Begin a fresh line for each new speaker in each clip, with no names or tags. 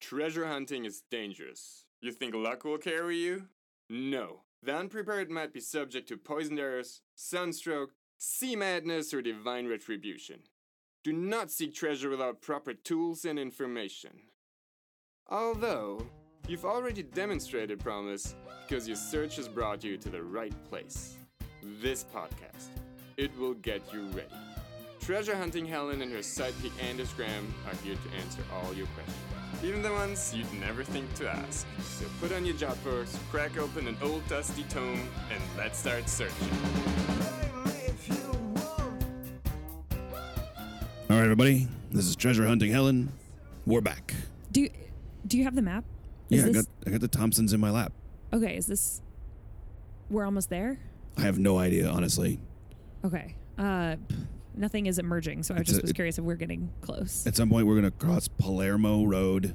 Treasure hunting is dangerous. You think luck will carry you? No. The unprepared might be subject to poisoned arrows, sunstroke, sea madness, or divine retribution. Do not seek treasure without proper tools and information. Although, you've already demonstrated promise because your search has brought you to the right place. This podcast. It will get you ready. Treasure hunting Helen and her sidekick Anders Graham are here to answer all your questions, even the ones you'd never think to ask. So put on your jotbooks, crack open an old dusty tome, and let's start searching.
All right, everybody. This is Treasure Hunting Helen. We're back.
Do you, do you have the map?
Yeah,
Is
I
this,
got I got the Thompsons in my lap.
okay. Is this? We're almost there.
I have no idea, honestly.
Okay. Uh, nothing is emerging, so I
It's
just
a-
was curious if we're getting close.
At some point, we're gonna cross Palermo Road,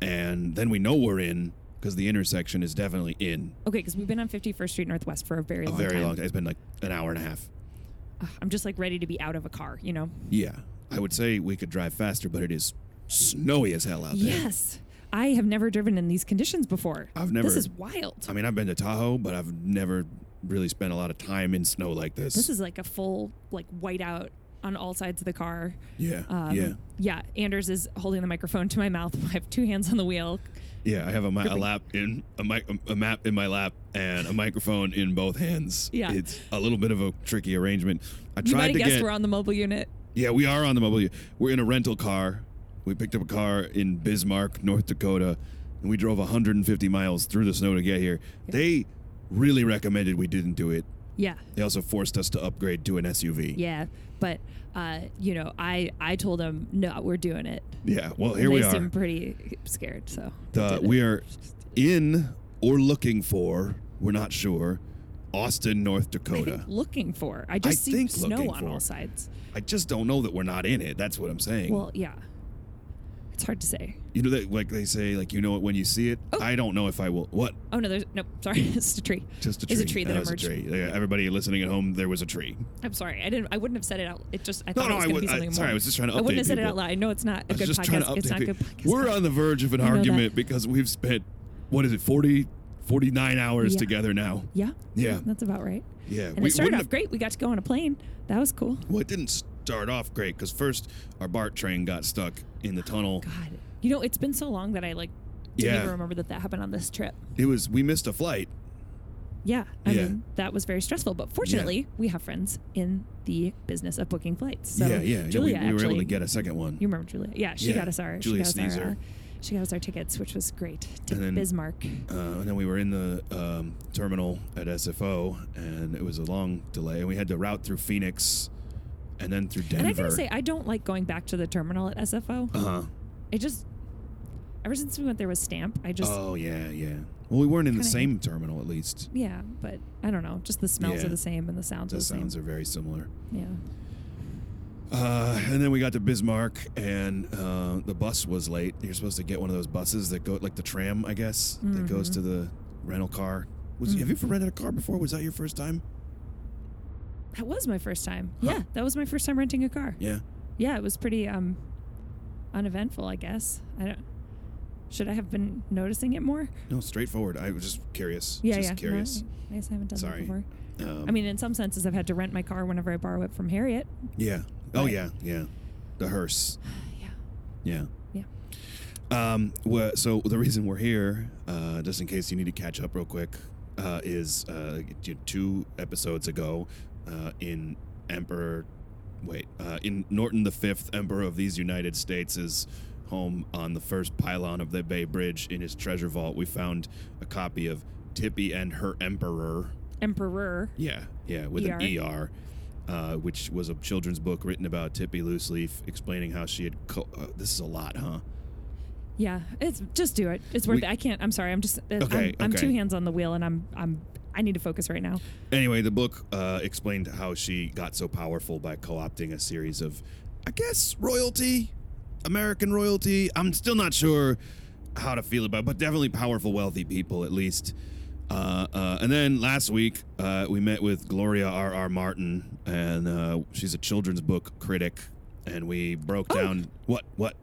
and then we know we're in because the intersection is definitely in
Okay, because we've been on 51st Street Northwest for a very
a
long
very
time.
long time. It's been like an hour and a half.
I'm just like ready to be out of a car, you know?
Yeah, I would say we could drive faster, but it is snowy as hell out there.
Yes. I have never driven in these conditions before.
I've never-
This is wild.
I mean, I've been to Tahoe, but I've never really spent a lot of time in snow like this.
this is like a full like whiteout on all sides of the car.
yeah,
Um,
yeah,
yeah. Anders is holding the microphone to my mouth. I have two hands on the wheel.
yeah. I have a, ma- a lap in a, mic- a map in my lap and a microphone in both hands.
Yeah.
it's a little bit of a tricky arrangement. I
You might
tried
have
to
guessed
get.
we're on the mobile unit.
yeah, we are on the mobile. We're in a rental car. We picked up a car in Bismarck, North Dakota, and we drove 150 miles through the snow to get here. They really recommended we didn't do it.
Yeah.
They also forced us to upgrade to an SUV.
Yeah, but uh, you know, I I told him no, we're doing it.
Yeah, well, here
they
we are.
seem pretty scared, so they
Uh,
did it.
we are in or looking for, we're not sure, Austin, North
I
Dakota.
think looking for. I just
I
see
think
snow
looking
on
for.
all sides.
I just don't know that we're not in it. That's what I'm saying.
Well, yeah, it's hard to say.
you know, that, like they say, like, you know it when you see it.
Oh.
I don't know if I will. What?
Oh no, there's nope. Sorry, it's a tree.
Just a tree.
It's a tree that
That was a
emerged.
tree. Yeah, Everybody listening at home, there was a tree.
I'm sorry, I didn't. I wouldn't have said it out. It just I
No,
thought
no,
it was
I
going to
would-
be
I-
something
sorry,
more.
I was just trying to
I wouldn't
update
have said it
people.
out loud. I know it's not a
I was
good
just trying to
podcast.
update
It's not
people.
good podcast.
We're on the verge of an
know that.
argument because we've spent, what is it, 40, 49 hours
Yeah.
together now.
Yeah.
Yeah.
That's about right.
Yeah,
And
we
it started
wouldn't
off
have-
great. We got to go on a plane. That was cool.
Well, it didn't start off great because first our BART train got stuck in the tunnel.
God, you know, it's been so long that I like didn't
Yeah.
even remember that that happened on this trip.
It was, we missed a flight.
Yeah, I
Yeah.
mean that was very stressful, but fortunately, we have friends in the business of booking flights. So
yeah, yeah.
Julia
yeah we, we were
actually,
able to get a second one.
You remember Julia? Yeah, she
Yeah,
got us our
Julia
she got us our,
Sneezer.
uh, she got us our tickets, which was great. To
And then-
Bismarck.
Uh, and then we were in the um, terminal at SFO, and it was a long delay. And we had to route through Phoenix, and then through Denver.
And I gotta say, I don't like going back to the terminal at SFO.
uh huh.
I just ever since we went there with Stamp, I just
Oh yeah, yeah. Well, we weren't in the
Kinda
same terminal, at least.
yeah, but I don't know. Just the smells
Yeah.
are the same and the sounds are
The
the
sounds
same.
are very similar.
yeah.
Uh, and then we got to Bismarck, and uh, the bus was late. You're supposed to get one of those buses that go, like the tram, I guess, that goes
Mm-hmm.
to the rental car. Was have you ever rented a car before? Was that your first time?
That was my first time.
Huh.
Yeah, that was my first time renting a car.
Yeah.
Yeah, it was pretty um uneventful, I guess. I don't should I have been noticing it more?
No, straightforward. I was just curious.
Yeah,
just
yeah.
curious.
No, I guess I haven't done
Sorry.
that before.
Um,
I mean, in some senses, I've had to rent my car whenever I borrow it from Harriet.
Yeah. Oh
Right.
yeah, yeah. The hearse.
Yeah,
Yeah.
yeah.
Um. wha- so the reason we're here, uh, just in case you need to catch up real quick, uh, is uh, t- two episodes ago, uh, in Emperor, wait, uh, in Norton the Fifth, Emperor of these United States is home on the first pylon of the Bay Bridge in his treasure vault. We found a copy of Tippy and her Emperor.
Emperor.
Yeah, yeah, with an
ER.
ER, uh, which was a children's book written about Tippy Looseleaf, explaining how she had. Co- uh, this is a lot, huh?
Yeah, it's just do it. It's worth
We-
it. I can't. I'm sorry. I'm just. I'm,
Okay,
I'm
okay.
two hands on the wheel, and I'm. I'm. I need to focus right now.
Anyway, the book uh, explained how she got so powerful by co opting a series of, I guess, royalty, American royalty. I'm still not sure how to feel about it, but definitely powerful, wealthy people, at least. Uh, uh, and then last week, uh, we met with Gloria R.R. R. Martin, and uh, she's a children's book critic, and we broke down. What? What?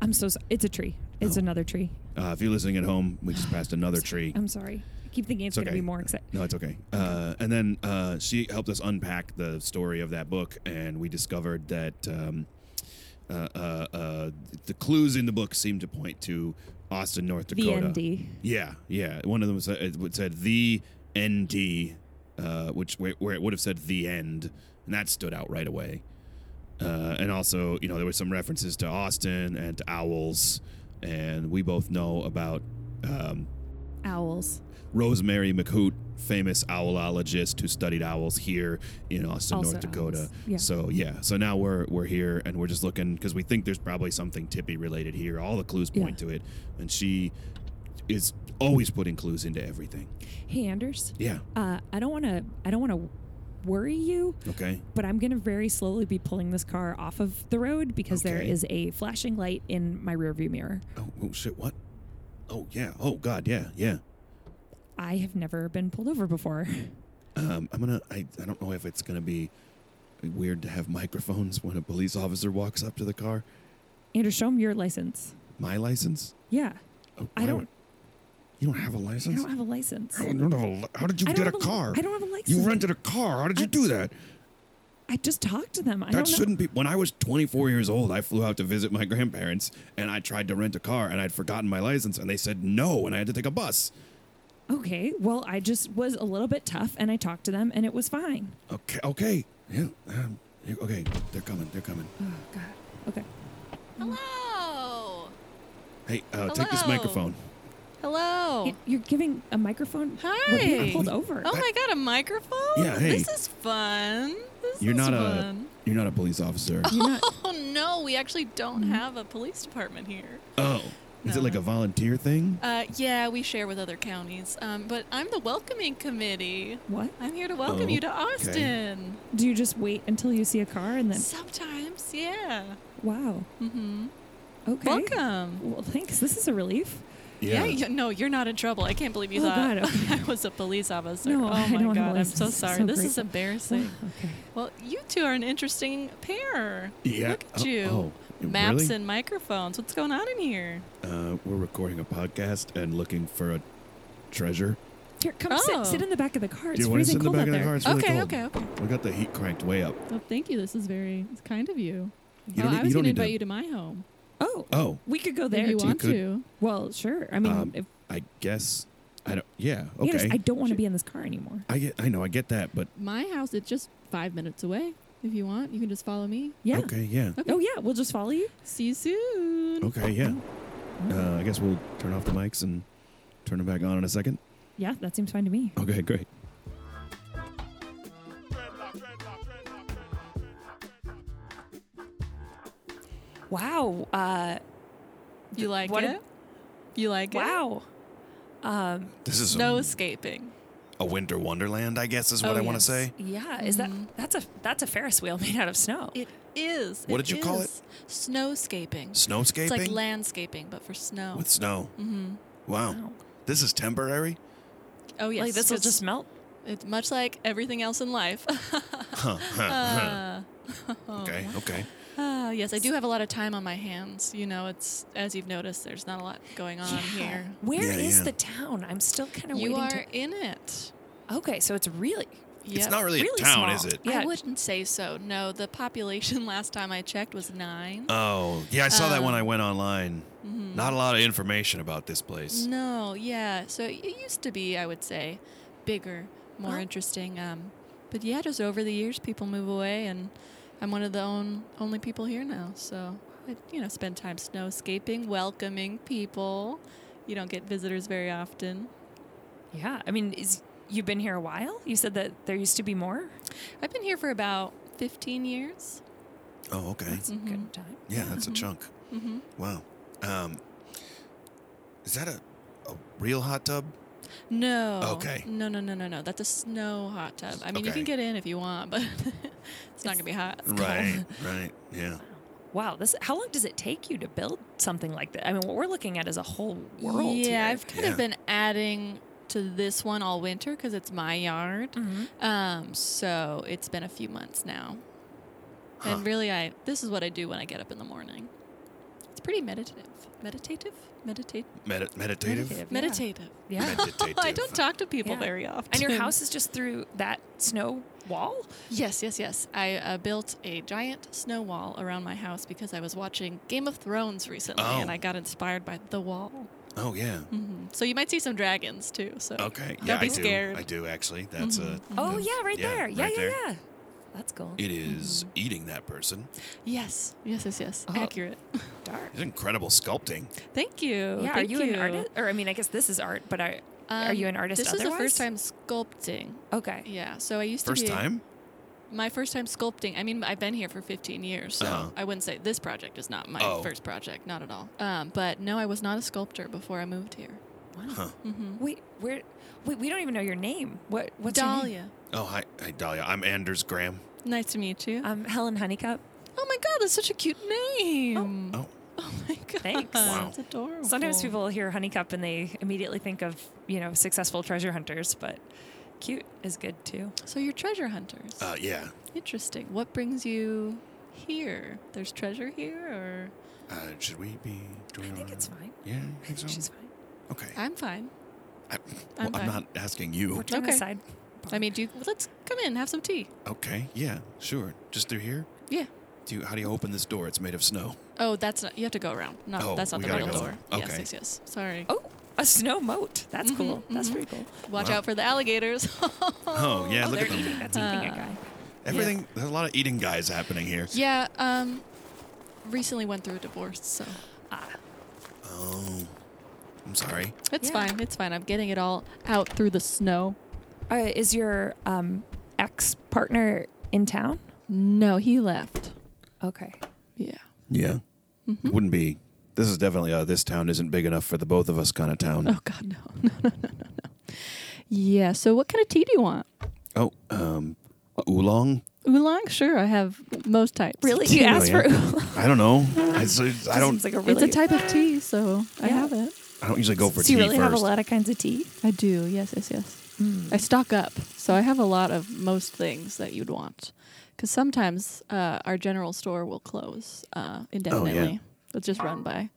I'm so. sorry. It's a tree. It's another tree.
Uh, if you're listening at home, we just passed another tree.
I'm sorry. I keep thinking it's,
It's
going to
okay.
be more exciting.
No, it's okay. Uh, and then uh, she helped us unpack the story of that book, and we discovered that um, uh, uh, uh, the clues in the book seemed to point to Austin, North
The
Dakota.
ND.
Yeah, yeah. One of them said, it would- said the ND, uh, which where, where it would have said the end, and that stood out right away. Uh, and also, you know, there were some references to Austin and to owls, and we both know about um,
Owls.
Rosemary McHoot, famous owlologist who studied owls here in Austin,
Also
North Dakota.
owls, yeah.
So yeah, so now we're we're here and we're just looking because we think there's probably something tippy related here. All the clues point to it, and she is always putting clues into everything.
Hey, Anders.
Yeah.
Uh, I don't want to. I don't want to worry you,
Okay.
but I'm going to very slowly be pulling this car off of the road because there
Okay.
is a flashing light in my rearview mirror.
Oh, oh shit! What? Oh yeah. Oh god. Yeah. Yeah.
I have never been pulled over before.
Um, I'm gonna. I, I don't know if it's gonna be weird to have microphones when a police officer walks up to the car.
Anders, show him your license.
My license.
Yeah,
Oh,
I
why
don't-
would- You don't have a
I
license.
don't have a license.
How, you don't have a, li- how did you
I don't
get a
have
car?
I don't have a license.
you rented a car. How did you
I-
do that?
I just talked to them. I
That
don't know.
shouldn't be. When I was 24 years old, I flew out to visit my grandparents and I tried to rent a car and I'd forgotten my license and they said no and I had to take a bus.
Okay, well, I just was a little bit tough and I talked to them and it was fine.
Okay, okay. Yeah. Um, yeah, okay, they're coming. They're coming.
Oh, God. Okay.
Hello.
Hey, uh, take this
Hello.
microphone.
Hello.
Y- You're giving a microphone? We're
Oh. Hi.
being pulled over.
Oh my god, a microphone?
Yeah, hey.
This is fun. This
You're
is
not a
fun.
you're not a police officer.
You're not,
Oh no, we actually don't have a police department here.
oh, is it like a volunteer thing?
Uh, yeah, we share with other counties. Um, but I'm the welcoming committee.
what?
I'm here to welcome you to
Okay.
Austin.
Do you just wait until you see a car and then,
Sometimes, yeah.
wow.
Mm-hmm.
Okay.
Welcome.
Well, thanks. This is a relief.
Yeah. you- no, you're not in trouble. I can't believe you
Oh,
thought
God, okay.
I was a police officer.
No,
oh
I
my
don't have a
god, I'm so
license.
sorry.
So
this is
grateful.
embarrassing.
Okay.
Well, you two are an interesting pair.
Yeah.
Look at
Oh,
you.
oh,
Maps
really?
and microphones. What's going on in here?
Uh, we're recording a podcast and looking for a treasure.
Here, come
Oh.
sit, sit in the back of the car.
Do
It's
you want to sit
freezing
in the
cold
back
out
of the
there.
car? It's really
okay,
cold.
okay, okay.
We got the heat cranked way up.
Oh, thank you. This is very it's kind of you. oh,
You don't need-
I
you
was going
don't
to
need to-
invite you to my home.
Oh,
Oh,
we could go
There,
there.
if you
too.
want
could-
to.
Well, sure. I mean,
Um,
if,
I guess I don't. Yeah.
Anders,
Okay.
I don't want to be in this car anymore.
I get. I know. I get that. But
My house is just five minutes away. If you want, you can just follow me.
Yeah.
okay. Yeah.
Oh, yeah. We'll just follow you.
See you soon.
Okay. Yeah. Uh, I guess we'll turn off the mics and turn them back on in a second.
Yeah, that seems fine to me.
Okay. Great.
Wow. Uh,
You like
What
it?
a-
you like it?
wow. Um,
This is
No escaping.
a winter wonderland. I guess is what
Oh, yes.
yeah, is that that's a that's a Ferris wheel made out of snow.
It is.
What did you call
is Snowscaping.
Snowscaping
It's like landscaping, but for snow.
snow. Mm-hmm. Wow.
Wow.
This is temporary.
oh yes,
like this will
it's-
just melt.
It's much like everything else in life. Uh,
okay. Okay.
uh, yes, I do have a lot of time on my hands. You know, it's as you've noticed, there's not a lot going on here.
Where
Yeah,
is
yeah.
the town? I'm still kind of
You
waiting.
are
to-
in it.
okay, so it's really
Yep.
really,
really small. Yeah.
I wouldn't say so. No, the population last time I checked was nine.
Uh,
Oh, yeah, I saw that
Um,
when I went online.
mm-hmm.
Not a lot of information about this place.
No, yeah. So it used to be, I would say, bigger, more
Oh.
interesting. Um, but yeah, just over the years, people move away, and I'm one of the on, only people here now. So I, you know, spend time snowscaping, welcoming people. You don't get visitors very often.
yeah. I mean, is you've been here a while? You said that there used to be more.
I've been here for about 15 years. Mm-hmm.
Oh, okay.
It's a good time.
yeah, that's a chunk. Wow. Um, is that a, a real hot tub?
No.
Okay.
No, no, no, no, no. That's a snow hot tub. I mean, you
Okay.
can get in if you want, but it's not gonna be hot. It's cold.
right. Yeah.
Wow. This. How long does it take you to build something like that? I mean, what we're looking at is a whole world.
Yeah,
here.
I've kind
Yeah.
of been adding to this one all winter because it's my yard. Um, so it's been a few months now, and really, I this is what I do when I get up in the morning. It's pretty meditative. Meditative? Meditate?
Medi-
Meditative,
meditative?
yeah.
Meditative.
Yeah.
Meditative.
I don't talk to people
Yeah.
very often.
And your house is just through that snow wall?
Yes, yes, yes. I uh, built a giant snow wall around my house because I was watching Game of Thrones recently
Oh.
and I got inspired by the wall.
Oh, yeah.
hmm So you might see some dragons too. So
Okay.
Don't
Yeah,
be
I do.
scared. Mm-hmm.
I do, actually. That's a.
Oh,
that's-
yeah, right there. Yeah,
right
yeah,
there.
yeah. That's cool.
It is eating that person.
Yes, yes, yes, yes.
Uh-huh.
Oh.
Accurate.
Dark.
It's incredible sculpting.
Thank you.
yeah, are
Thank
you, an artist? Or, I mean, I guess this is art, but are, are
Um,
you an artist
This is the first time
otherwise?
sculpting.
Okay.
Yeah. So I used
First
to be
time?
my first time sculpting. I mean, I've been here for 15 years, so
Uh-huh.
I wouldn't say this project is not my
Oh.
first project, not at all. Um, but no, I was not a sculptor before I moved here.
Huh.
hmm
Wait, where? Wait, we don't even know your name. What? What's your name?
Dahlia,
Oh, hi, hi, Dahlia. I'm Anders Graham.
nice to meet you.
Um, Helen Honeycup.
oh my God, that's such a cute name.
Oh.
Oh my God,
Thanks.
Wow.
that's adorable.
Sometimes people hear Honeycup and they immediately think of you know successful treasure hunters, but cute is good too.
So you're treasure hunters.
Uh, yeah.
Interesting. What brings you here? There's treasure here, or
Uh, should we be doing
I think
our-
it's fine.
Yeah, you
I
think
think
so?
she's fine.
Okay.
I'm fine.
I, well,
I'm
I'm
fine.
not asking you.
We're trying to
Okay.
decide.
I mean, do you, let's come in, have some tea.
Okay. Yeah. Sure. Just through here.
Yeah.
Do you, how do you open this door? It's made of snow.
Oh, that's not. You have to go around. Not
Oh,
that's not
we
the
gotta
real
go.
door. Yes,
Okay.
yes, yes. Sorry.
oh, a snow moat. That's
Mhm,
cool. That's
mhm.
pretty cool.
Watch
Wow.
out for the alligators.
Oh, yeah.
oh,
look
they're
at them.
eating. That's eating a
Uh,
guy.
Everything. There's a lot of eating guys happening here.
Yeah. Um, recently went through a divorce, so
Ah,
Oh. I'm sorry.
it's
Yeah.
fine. It's fine. I'm getting it all out through the snow.
uh, is your um, ex partner in town?
No, he left.
Okay.
Yeah.
Yeah.
Mm-hmm.
It wouldn't be. This is definitely a this town isn't big enough for the both of us kind of town.
Oh God, no, no, no, no, no, no. Yeah. So, what kind of tea do you want?
Oh, um, oolong?
Oolong? Sure, I have most types.
Really? You asked for.
I don't know. I, s- I don't.
Seems like a
It's
really.
a type of tea, so I
Yeah.
have it.
I don't usually go for
Do
tea
you really
first.
have a lot of kinds of tea?
I do. Yes, yes, yes. I stock up, so I have a lot of most things that you'd want. Because sometimes uh, our general store will close
Oh,
uh, indefinitely. It's just run by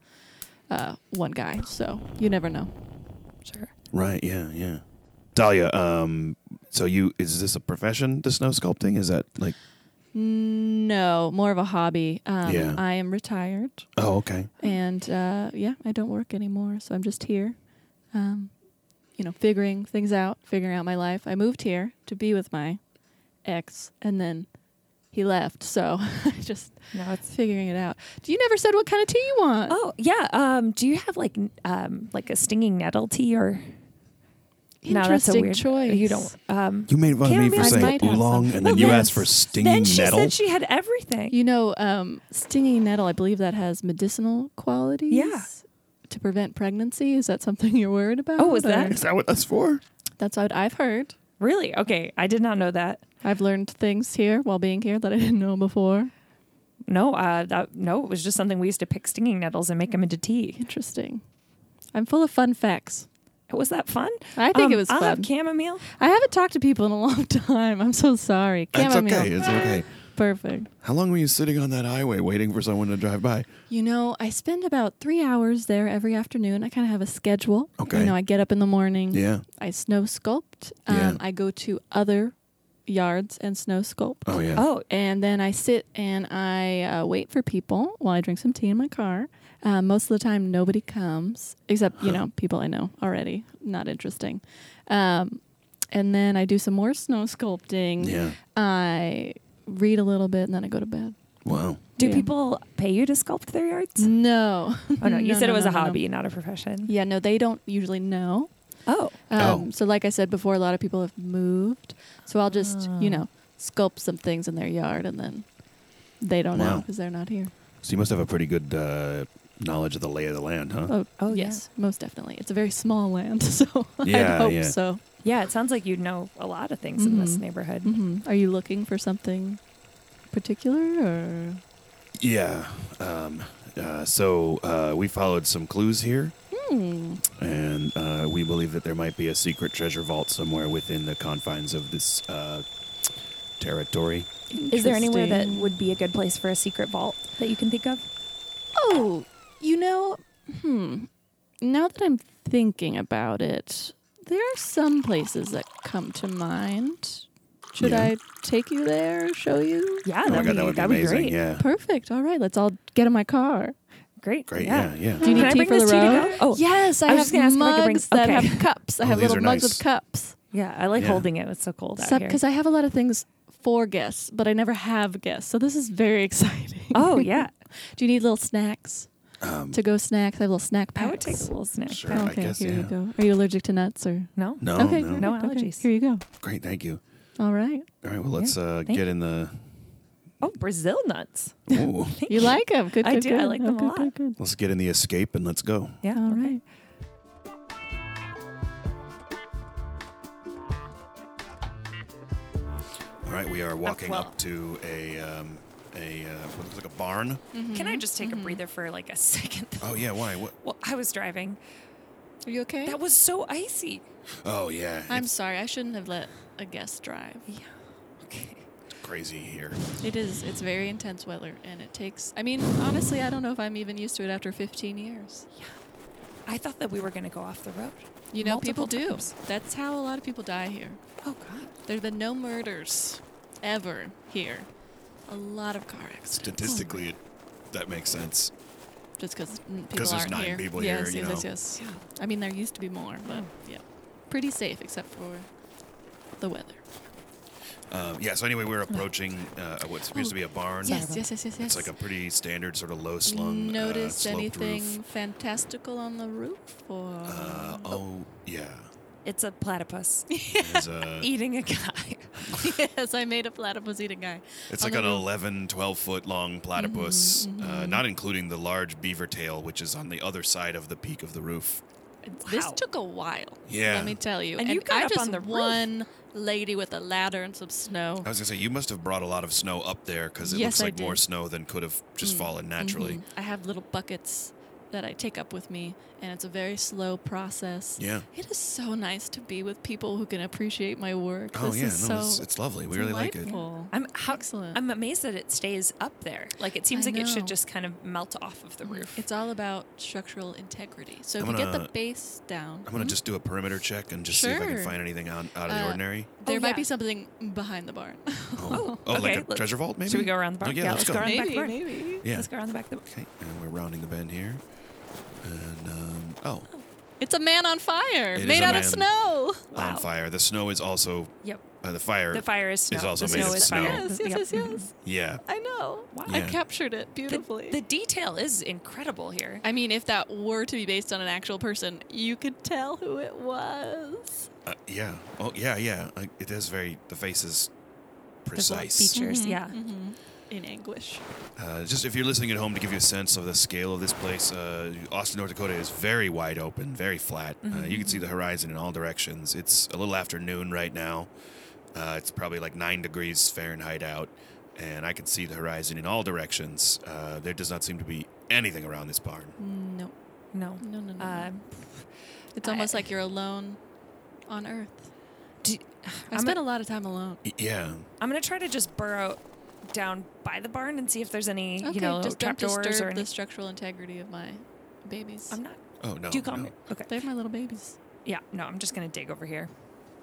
uh, one guy, so you never know.
Sure.
Right? Yeah, yeah. Dahlia, um, so you is this a profession? The snow sculpting is that like?
No, more of a hobby. Um,
Yeah.
I am retired,
Oh, okay.
and uh, yeah, I don't work anymore, so I'm just here. Um, you know, figuring things out, figuring out my life. I moved here to be with my ex, and then he left, so I just
No, it's
figuring it out. Do you never said what kind of tea you want?
Oh yeah. Um, do you have like n- um, like a stinging nettle tea or? no, that's a
Interesting
weird,
choice.
You don't. Um,
You made fun
Can't
of me for
remember-
I
saying
might have
oolong,
some.
and
Well,
then you
then-
asked for stinging
then she
nettle.
said she had everything.
You know, um, stinging nettle. I believe that has medicinal qualities.
Yeah.
To prevent pregnancy, is that something you're worried about?
Oh, is that-
or-
is that what that's for?
That's what I've heard.
really? Okay, I did not know that.
I've learned things here while being here that I didn't know before.
No, uh, that no, it was just something we used to pick stinging nettles and make them into tea.
Interesting. I'm full of fun facts.
Was that fun?
I think
Um,
it was
I'll
fun.
have chamomile.
I haven't talked to people in a long time. I'm so sorry.
That's
Chamomile.
okay. It's okay.
Perfect.
How long were you sitting on that highway waiting for someone to drive by?
You know, I spend about three hours there every afternoon. I kind of have a schedule.
Okay.
You know, I get up in the morning.
Yeah.
I snow sculpt. Um,
Yeah.
I go to other yards and snow sculpt.
Oh yeah.
Oh,
And then I sit and I uh, wait for people while I drink some tea in my car. Uh, most of the time, nobody comes except, you know, people I know already. Not interesting. Um, and then I do some more snow sculpting.
Yeah.
I read a little bit and then I go to bed.
Wow.
do
Yeah.
people pay you to sculpt their yards?
No.
Oh no, you said it was a
no, no.
hobby, not a profession.
Yeah, no, they don't usually know.
Oh,
Um,
Oh.
So, like I said before, a lot of people have moved. So I'll just, you know, sculpt some things in their yard, and then they don't know know
Wow.
because they're not here.
So you must have a pretty good uh, knowledge of the lay of the land, huh?
Oh,
Oh, yeah.
yes, most definitely. It's a very small land, so
Yeah,
I hope
yeah.
so.
yeah. It sounds like you'd know a lot of things in this
Mhm.
neighborhood.
hmm Are you looking for something particular, or
Yeah. Um, uh, so uh, we followed some clues here,
Hmm.
and uh, we believe that there might be a secret treasure vault somewhere within the confines of this uh, territory.
Mm-hmm.
Is there anywhere that
Interesting.
would be a good place for a secret vault that you can think of?
Oh, You know, hmm. Now that I'm thinking about it, there are some places that come to mind. Should
Yeah.
I take you there? Show you?
Yeah,
oh my
that'd,
god,
be,
that would be
that'd be
amazing.
great.
Yeah,
Perfect. All right, let's all get in my car.
Great.
great. Yeah, yeah.
Do you need
Can I
tea
bring
for
this
the
tea to
road?
go? Oh,
yes, I,
I
have
was just gonna ask if I
mugs
could bring-
that
okay.
have cups. I
Oh,
have
these
little
are
mugs
nice.
with cups.
Yeah, I like
Yeah.
holding it. It's so cold out here.
Because I have a lot of things for guests, but I never have guests. So this is very exciting.
oh yeah,
Do you need little snacks?
Um,
To go snacks? I have little snack
I
packs.
would take a little snack.
Sure.
back.
I
Okay,
guess,
here
yeah.
you go. Are you allergic to nuts or?
No.
no,
okay,
no.
perfect.
No
Okay,
allergies.
Here you go.
Great, thank you.
All right.
All right, well, let's uh,
Thank
get in the.
Oh, Brazil nuts.
Ooh,
You like them? Good,
I
good,
do. I
good.
like them a
good,
lot.
good, good.
let's get in the escape and let's go.
Yeah.
All
okay.
right.
All right, we are walking
well.
up to a um, a uh, what looks like a barn.
Can I just take
Mm-hmm.
a breather for like a second?
Oh yeah, why? What?
Well, I was driving.
Are you okay?
That was so icy.
Oh yeah,
I'm
it's
sorry. I shouldn't have let a guest drive.
Okay.
crazy here.
It is. It's very intense weather, and it takes. I mean, honestly, I don't know if I'm even used to it after 15 years.
I thought that we were going to go off the road.
You know,
Multiple
people
times.
do. That's how a lot of people die here.
Oh God.
There have been no murders ever here. A lot of car accidents.
Statistically, it, that makes sense.
Just because people
there's
aren't
nine
here.
people
yes,
here, you
yes,
know.
yes, yes. I mean, there used to be more, but
Hmm.
yeah, pretty safe except for the weather.
Um, yeah. So anyway, we're approaching uh, what appears to be a barn.
Yes, yes, yes, yes, yes.
It's like a pretty standard sort of low slung.
Notice
uh, sloped
anything
Roof.
fantastical on the roof? Or
Uh, oh yeah.
It's a platypus
There's a-
eating a guy.
yes, I made a platypus eating guy.
It's
on
like
the
an
roof.
11, 12 foot long platypus,
Mm-hmm,
uh, not including the large beaver tail, which is on the other side of the peak of the roof.
This
Wow.
took a while.
Yeah.
Let me tell you.
And you got
I
up
just
on the roof.
one lady with a ladder and some
I
snow.
was going to say, you must have brought a lot of snow up there because it
Yes,
looks
I
like more
did. Mm,
snow than could have just fallen naturally.
Mhm. I have little buckets that I take up with me, and it's a very slow process.
Yeah.
It is so nice to be with people who can appreciate my work.
Oh,
this
yeah. No,
is so
it's, it's lovely. We really like it.
delightful.
I'm how,
Excellent.
I'm amazed that it stays up there. Like it seems
I
like it
know.
should just kind of melt off of the roof.
It's all about structural integrity. So if
I'm
you get
gonna-
the base down,
I'm going to just do a perimeter check and just see if I can
Sure.
find anything out, out of the
Uh,
ordinary.
there
Oh,
might
yeah.
be something behind the barn.
Oh, oh,
okay,
like a
let's-
treasure vault, maybe?
Should we go around the barn?
Oh, yeah, let's,
let's, go. around the back
maybe,
door.
maybe.
Yeah.
Let's go around the back. Of the
Okay. And we're rounding the bend here. And, um, oh,
It's a man on fire,
It is
made
a
out of
man.
snow.
on fire. The snow is also,
Yep.
uh, the fire.
Oh, The fire is snow.
It's also
the
made
snow
of
is
snow.
fire.
Yes, yes,
Yep.
yes, yes.
Yeah.
I know.
Wow.
I
Yeah.
captured it beautifully.
The, the detail is incredible here.
I mean, if that were to be based on an actual person, you could tell who it was.
Uh, yeah. Oh, yeah, yeah. Uh, it is very. The face is
There's a lot of
precise.
features.
Mm-hmm.
Yeah.
In anguish.
Uh, just if you're listening at home to give you a sense of the scale of this place, uh, Austin, North Dakota is very wide open, very flat. Uh,
Mm-hmm.
you can see the horizon in all directions. It's a little after noon right now. Uh, it's probably like nine degrees Fahrenheit out, and I can see the horizon in all directions. Uh, there does not seem to be anything around this barn.
Mm.
No,
No.
no, no, no.
Uh,
it's
I-
almost like you're alone on Earth.
do,
I
I'm
spent
a-
a lot of time alone.
Y- yeah.
I'm gonna try to just burrow down by the barn and see if there's any,
Okay,
you know,
just don't
trapdoors
disturb
or
the
any.
structural integrity of my babies.
I'm not.
Oh no.
do you call
no.
me? Okay.
They're my little babies.
Yeah. No, I'm just gonna dig over here.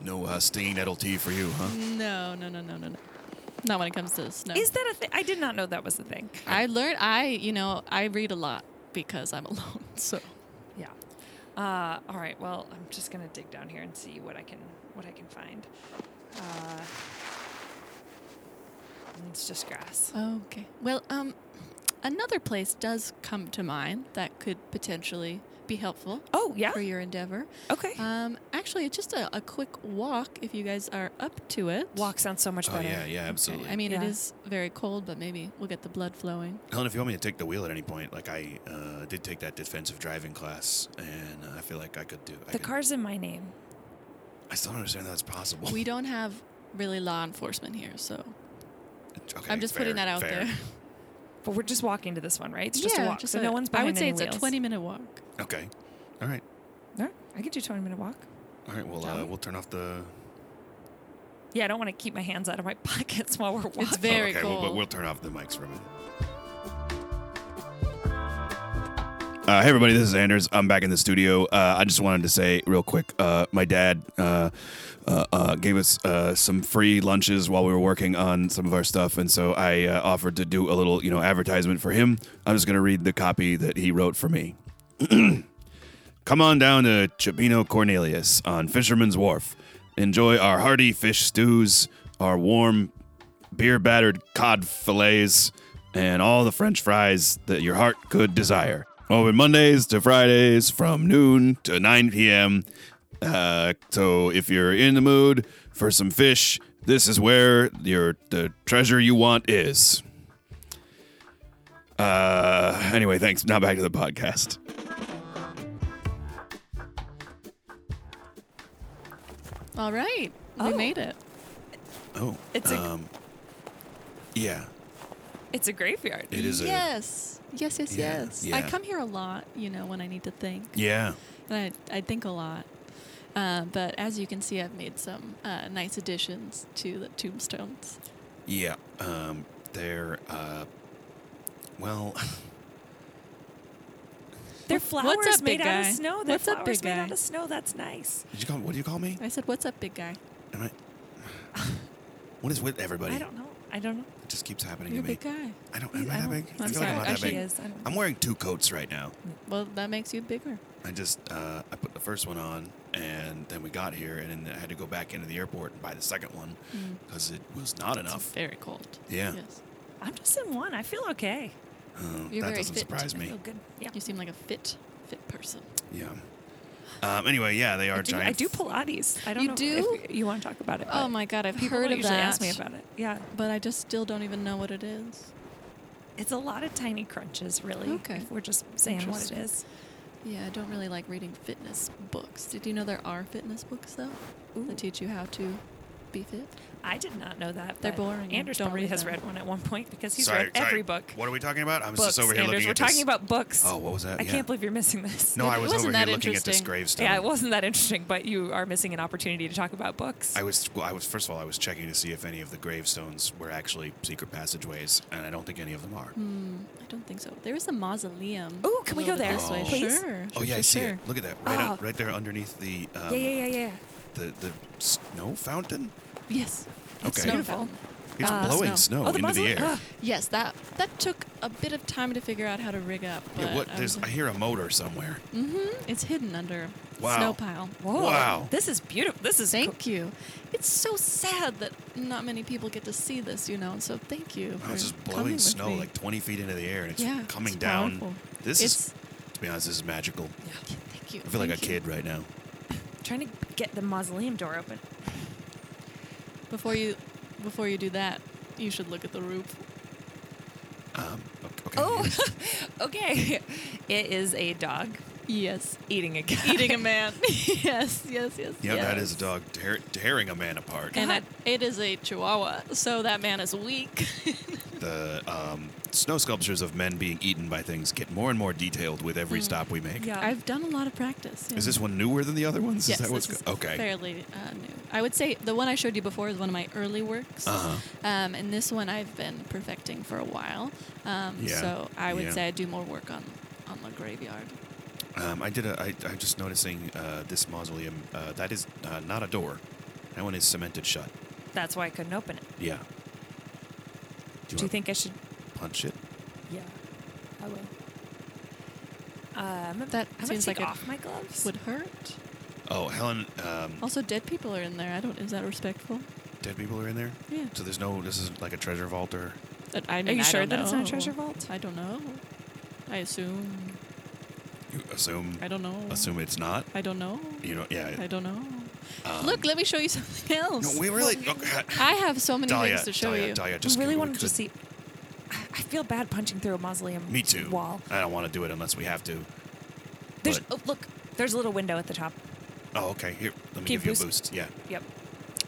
No uh, stinging nettle tea for you, huh?
Mm,
Oh,
No, no, no, no, no, no. Not when it comes to snow.
Is that a thing? I did not know that was a thing.
I learned. I, you know, I read a lot because I'm alone. So
Yeah. Uh, all right. Well, I'm just gonna dig down here and see what I can what I can find. Uh, and it's just grass.
Okay. Well, um, another place does come to mind that could potentially be helpful
Oh yeah.
for your endeavor.
Okay.
Um, actually, it's just a, a quick walk if you guys are up to it. Uh,
Walk sounds so much
Oh
better.
yeah, yeah, absolutely.
I mean, it
Yeah.
is very cold, but maybe we'll get the blood flowing.
Helen, if you want me to take the wheel at any point, like I uh, did take that defensive driving class, and uh, I feel like I could do. I
The
could-
car's in my name.
I still don't understand how that's possible.
We don't have really law enforcement here, so
Okay,
I'm just putting
fair,
that out
fair.
there.
But we're just walking to this one, right? It's just
yeah,
a walk.
just
so
a-
no one's
I
behind
would say
any
it's
wheels.
a 20 minute walk.
Okay, all right,
All right. I could do 20 minute walk.
all right. Well, uh,
Tommy?
we'll turn off the.
Yeah, I don't want to keep my hands out of my pockets while we're walking.
It's very
Oh, okay,
cold.
We'll, we'll turn off the mics for a minute. Uh, hey everybody, this is Anders. I'm back in the studio. Uh, I just wanted to say real quick, uh, my dad uh, uh, uh, gave us uh, some free lunches while we were working on some of our stuff, and so I uh, offered to do a little, you know, advertisement for him. I'm just gonna read the copy that he wrote for me. Come on down to Chipino Cornelius on Fisherman's Wharf. Enjoy our hearty fish stews, our warm beer battered cod fillets, and all the french fries that your heart could desire. Open Mondays to Fridays from noon to 9 p.m. Uh, so if you're in the mood for some fish, this is where your the treasure you want is. Uh, anyway, thanks. Now back to the podcast.
All right.
Oh.
We made it.
Oh,
It's a-
um, yeah,
It's a graveyard.
it is a
yes. Yes, yes,
Yeah,
yes. I
yeah.
come here a lot, you know, when I need to think.
yeah.
And I, I think a lot. Uh, but as you can see, I've made some uh, nice additions to the tombstones.
Yeah. Um, they're, uh, well,
They're flowers
What's up,
made
big
out of
guy?
snow. They're
What's up,
flowers
big
made
guy?
out of snow. That's nice.
did you call, what do you call me?
I said, What's up, big guy?
Am I, what is with everybody?
I don't know. I don't know.
it just keeps happening
You're a
to me.
big guy.
I don't, am I,
I
that
don't-
big? I feel like I'm
I'm sorry,
not
I
that
should-
Actually,
big.
is. Mm. I don't know.
I'm wearing two coats right now.
Well, that makes you bigger.
I just, uh, I put the first one on and then we got here and then I had to go back into the airport and buy the second one
Mm.
because it was not
It's
enough.
very cold.
Yeah.
Yes.
I'm just in one. I feel okay.
Uh,
You're
that
very
doesn't
fit.
surprise
I
me.
feel good. Yeah.
You seem like a fit, fit person.
Yeah. Um, anyway, yeah, they are
I do,
giant.
I do Pilates. I don't
You
know
do?
if you want to talk about it.
Oh
but
my God, I've
people
heard
don't
of
usually
that.
ask me about it. Yeah.
But I just still don't even know what it is.
It's a lot of tiny crunches, really.
Okay.
If we're just saying what it
Interesting.
is.
Yeah, I don't really like reading fitness books. Did you know there are fitness books though
Ooh.
that teach you how to be fit?
I did not know that.
They're
but
boring and
Anders
don't
probably
read
has
them.
read one at one point because he's
Sorry,
read
sorry.
every book.
What are we talking about? I was
Books,
just over here
Anders.
looking
We're
at
talking
this.
about books.
Oh, what was that?
I
Yeah.
can't believe you're missing this.
No, I
It
was
wasn't
over here
that
looking at this
interesting.
gravestone.
Yeah, it wasn't that interesting, but you are missing an opportunity to talk about books.
I um, was, well, I was first of all, I was checking to see if any of the gravestones were actually secret passageways, and I don't think any of them are.
Hmm, I don't think so. There is a mausoleum.
Ooh, can
a
we go
little bit
there,
This way.
please?
Sure.
oh yeah, I
sure,
see
sure. Ah.
it. Look at that, right, up-
Oh.
right there underneath the um,
yeah, yeah, yeah, yeah.
the the snow fountain.
Yes. It's
Okay.
snow
Beautiful.
fountain.
It's
Uh,
blowing snow,
Oh, the
into
muzzle.
the air.
Ah,
Yes, that that took a bit of time to figure out how to rig up. But um,
yeah, what?
I
There's, I hear a motor somewhere. Oh,
mm-hmm, it's hidden under
Wow.
snow pile.
whoa.
Wow.
This is beautiful. This is
Thank you. It's so sad that not many people get to see this, you know. So thank you.
Wow,
for
it's just
coming
blowing
with
snow
me.
like 20 feet into the air, and it's
Yeah,
coming
it's
down.
powerful.
This
It's
is, to be honest, this is magical.
yeah. Thank you.
I feel like
thank
a
you.
kid right now.
cool. Trying to get the mausoleum door open.
Before you, before you do that, you should look at the roof.
Um, okay, okay.
Oh, okay. It is a dog
Yes,
eating a guy.
eating a man. yes, yes, yes.
Yeah,
yes.
that is a dog tear, tearing a man apart.
And
God.
it- it is a Chihuahua, so that man is weak.
The um, snow sculptures of men being eaten by things get more and more detailed with
Mm.
every stop we make.
Yeah.
I've done a lot of practice.
Is this one newer than the other ones?
Yes,
is that what's
this
go-
is
okay?
Fairly uh, new. I would say the one I showed you before is one of my early works,
Uh-huh.
um, and this one I've been perfecting for a while. Um,
Yeah,
So I would
yeah.
say I do more work on on the graveyard.
Um, I did. A, I, I'm just noticing uh, this mausoleum. Uh, that is uh, not a door. That one is cemented shut.
That's why I couldn't open it.
Yeah. Do
Do you
want
think I should?
to punch it?
Yeah, I will. Um,
That
I'm
seems
gonna
like
take
it
off my gloves.
would hurt.
Oh, Helen. Um,
Also, dead people are in there. I don't. Is that respectful?
dead people are in there.
Yeah.
So there's no. This is like a treasure vault or.
But I
Are
mean,
you
I
sure
don't
that it's not a
know.
treasure vault?
I don't know. I assume.
You assume.
I don't know.
Assume it's not.
I don't know.
You know. Yeah.
I don't know.
um,
Look, let me show you something
No,
else.
we really. Okay.
I have so many
Dahlia,
things to show
Dahlia,
you.
Dahlia,
I
just
really
we
wanted to
could-
see. I I feel bad punching through a mausoleum.
Me too.
Wall.
I don't want to do it unless we have to.
There's
but-
oh, look. There's a little window at the top.
Oh, okay. Here, let me
Give
give you a
boost.
boost. Yeah.
Yep.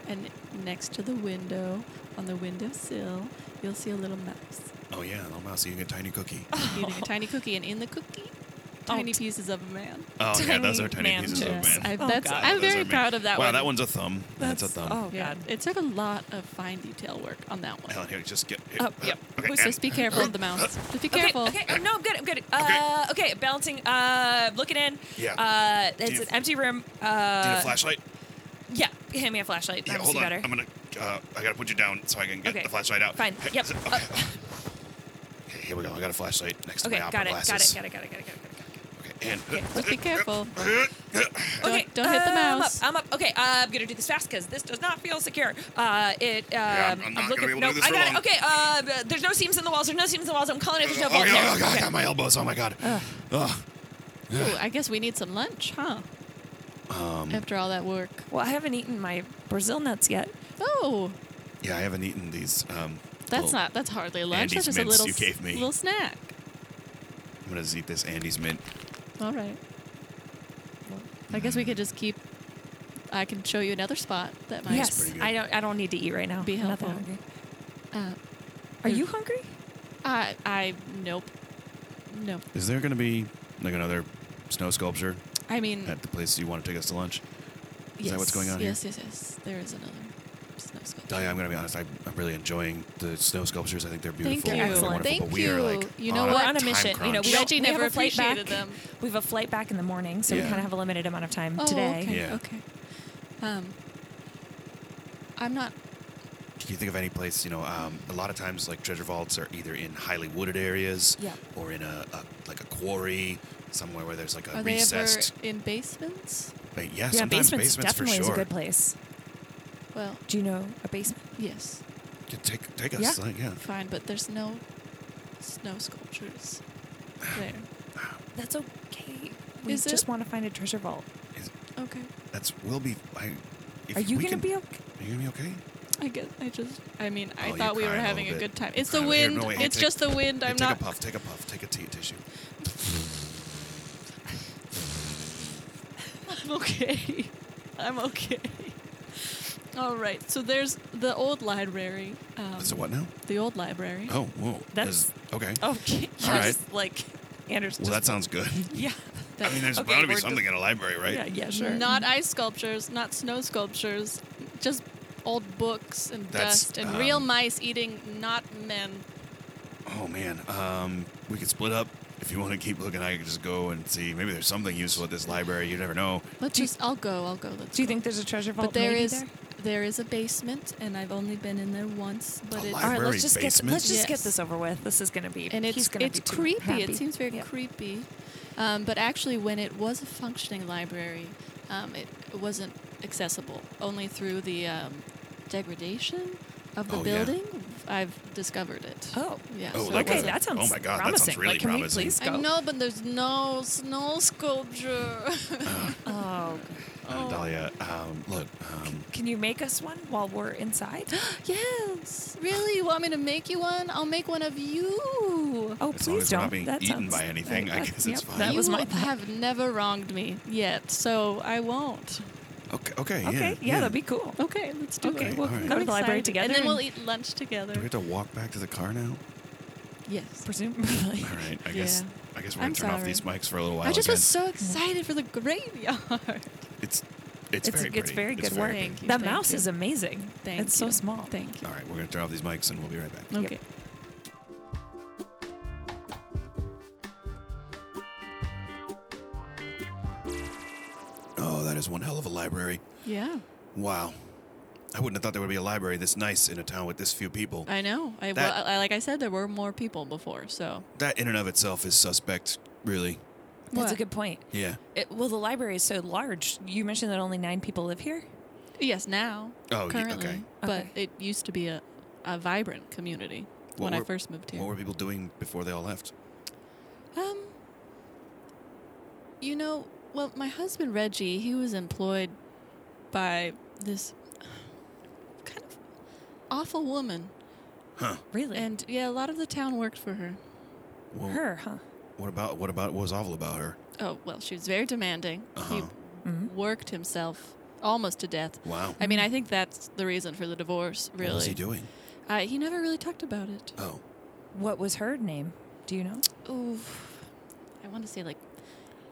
And next to the window, on the windowsill, you'll see a little mouse
Oh yeah, little mouse eating a tiny cookie.
eating a tiny cookie. And in the cookie Tiny pieces of a man.
Oh, yeah, those
Tiny
are tiny
man
pieces
chips.
of man.
I,
Oh,
that's,
God.
I'm
Those
very
are man-
proud of that
wow,
one.
that one's a thumb. That's, a thumb.
Oh,
Yeah.
God.
It took a lot of fine detail work on
oh.
that one.
Helen, here, just get. Here.
Oh, yep.
Okay,
Just
and-
be careful of the mouse. Just be
Okay,
careful.
Okay, uh, no, I'm good. I'm good. Uh, okay. balancing. Uh, looking in.
Yeah.
Uh, it's
you-
an empty room.
Do you need a
Uh,
flashlight?
yeah. Hand me a flashlight.
Yeah,
That'll
hold on.
see better.
I'm gonna. Uh, I gotta put you down so I can get
Okay.
the flashlight out.
Fine.
Here-
Yep.
Okay.
Uh,
Okay, Here we go. I got a flashlight next
okay.
to my opera
Got it, got it. Got
glasses.
it. Got it. Got it. Got it. Got it. Got it.
it. Okay, and
Just be careful. Don't-
Okay,
don't hit the
uh,
mouse.
I'm up. I'm up. Okay, uh, I'm gonna do this fast because this does not feel secure. Uh, it. Um,
I'm- I'm not gonna
looking.
be able to
no,
do this
I
for
got
long.
it. Okay. Uh, b- there's no seams in the walls. There's no seams in the walls. I'm calling it. There's no
oh,
vault
yeah,
there.
oh, God, I
Okay.
got my elbows. Oh my god. Ugh.
Ooh, I guess we need some lunch, huh?
Um,
After all that work.
Well, I haven't eaten my Brazil nuts yet.
Oh,
Yeah, I haven't eaten these. Um,
that's
little-
not. That's hardly lunch.
Andy's
that's just a
mints
little,
you
s-
gave me.
little snack.
I'm gonna just eat this Andy's mint.
All right. I guess we could just keep. I can show you another spot that might.
yes.
pretty good.
I don't. I don't need to eat right now.
Be
I'm not that
helpful.
hungry.
Uh,
Are you hungry?
I. I. Nope. Nope.
Is there gonna be like another snow sculpture
I mean.
at the place you want to take us to lunch?
yes,
that what's going on here?
Yes. Yes. Yes. There is another snow sculpture.
Dahlia, Oh, I'm gonna be honest. I'm, I'm really enjoying the snow sculptures. I think they're
Thank
beautiful.
you.
and they're wonderful,
Thank
but we are
you.
like
You know
on
what?
A
We're on a
time
mission.
Crunch.
You know, we
Reggie
don't, we
never
have a flight back.
appreciated them.
We have a flight back in the morning, so we
Yeah.
kind of have a limited amount of time
Oh,
today.
Okay.
Yeah.
Okay. Um. I'm not.
Can you think of any place? You know, um, a lot of times like treasure vaults are either in highly wooded areas,
Yeah.
or in a, a like a quarry somewhere where there's like a
Are they ever
recessed.
in basements?
But yeah,
Yeah,
sometimes
basements,
for
definitely
sure.
is a good place.
Well,
Do you know a basement?
yes,
Yeah, Take take us.
Yeah.
Like, yeah.
fine, but there's no snow sculptures there.
That's okay. We
Is
just
it?
want to find a treasure vault.
Is-
Okay.
That's we'll be. I, if
Are you
we
gonna
can,
be okay?
Are you gonna be okay?
I guess I just. I mean,
Oh,
I
you
thought we were
cried a
having a
little bit.
good time.
You
It's the
cried a little- here,
wind.
no, wait, here,
it's
take-
just the wind.
Here,
I'm
take
not.
a puff. Take a puff. Take a t- tissue.
I'm okay. I'm okay. All right. So there's the old library. Um,
That's a what now?
The old library.
Oh, whoa.
That's-
Is- okay.
Oh.
Okay.
All right.
Just, Like Anders.
well,
just-
that sounds good.
yeah.
That-
I mean, there's
Okay,
bound to be
we're
something in a library, right?
Yeah. Yeah. Sure.
Not ice sculptures. Not snow sculptures. Just old books and
That's,
dust and real
um,
mice eating, not men.
Oh man, um, we could split up. If you want to keep looking, I could just go and see. Maybe there's something useful at this library. You never know.
Let's
Do you-
just. I'll go. I'll go. Let's.
Do you
go.
think there's a treasure vault?
But there
maybe
is
There?
there is a basement, and I've only been in there once. But
A
it's
All right.
Library
Let's just
basement?
get. Let's just get
Yes.
this over with. This is gonna be.
and it's
he's gonna
it's
be too
creepy.
happy.
It seems very
Yeah.
creepy. Um, but actually, when it was a functioning library, um, it, it wasn't accessible only through the um, degradation of the
Oh, yeah.
building. I've discovered it.
Oh.
yeah.
Oh,
so
that
Okay,
it
was
wasn't-
a-
that sounds
oh my God, that sounds
promising.
really
like, can
promising.
we please go?
I know, but there's no snow sculpture.
Oh,
Uh, Dahlia, um, look, um,
can you make us one while we're inside?
yes, really? You want me to make you one? I'll make one of you.
Oh,
as
please
long as we're
don't.
not being
that
eaten
sounds-
by anything,
Right,
I
that-
guess
yep,
it's fine.
That
you
was my thought.
have never wronged me yet, so I won't.
okay, okay, yeah,
Okay, yeah, that'd be cool.
Okay, let's do
Okay,
it.
we'll
all right.
go to
I'm
the library
excited.
together.
and then we'll eat lunch together.
Do we have to walk back to the car now?
Yes.
Presumably.
All right, I guess. I guess we're gonna
I'm
turn off
sorry.
these mics for a little while.
I just
again.
was so excited for the graveyard.
It's it's,
It's-
very
it's
pretty.
very good work.
pretty.
Thank you.
That
thank
mouse
you.
is amazing.
Thank
it's so
you.
small.
Thank you.
All right, we're gonna turn off these mics and we'll be right back.
Okay.
Oh, that is one hell of a library.
Yeah.
Wow, I wouldn't have thought there would be a library this nice in a town with this few people.
I know. I,
That-
well, I like I said there were more people before, so
that in and of itself is suspect, really.
That's
What?
a good point.
Yeah.
It, well, the library is so large. You mentioned that only nine people live here.
yes, now
Oh, yeah,
currently,
okay.
but
Okay.
it used to be a, a vibrant community
What
when I
were-
first moved here.
What were people doing before they all left?
Um, you know, well, my husband Reggie, he was employed by this kind of awful woman,
Huh?
Really?
and yeah, a lot of the town worked for her.
Well,
her, huh?
What about what about what was awful about her?
Oh well, she was very demanding.
Uh-huh.
He worked himself almost to death.
Wow.
I mean, I think that's the reason for the divorce. Really,
What was he doing?
Uh, he never really talked about it.
Oh,
What was her name? Do you know?
Ooh, I want to say like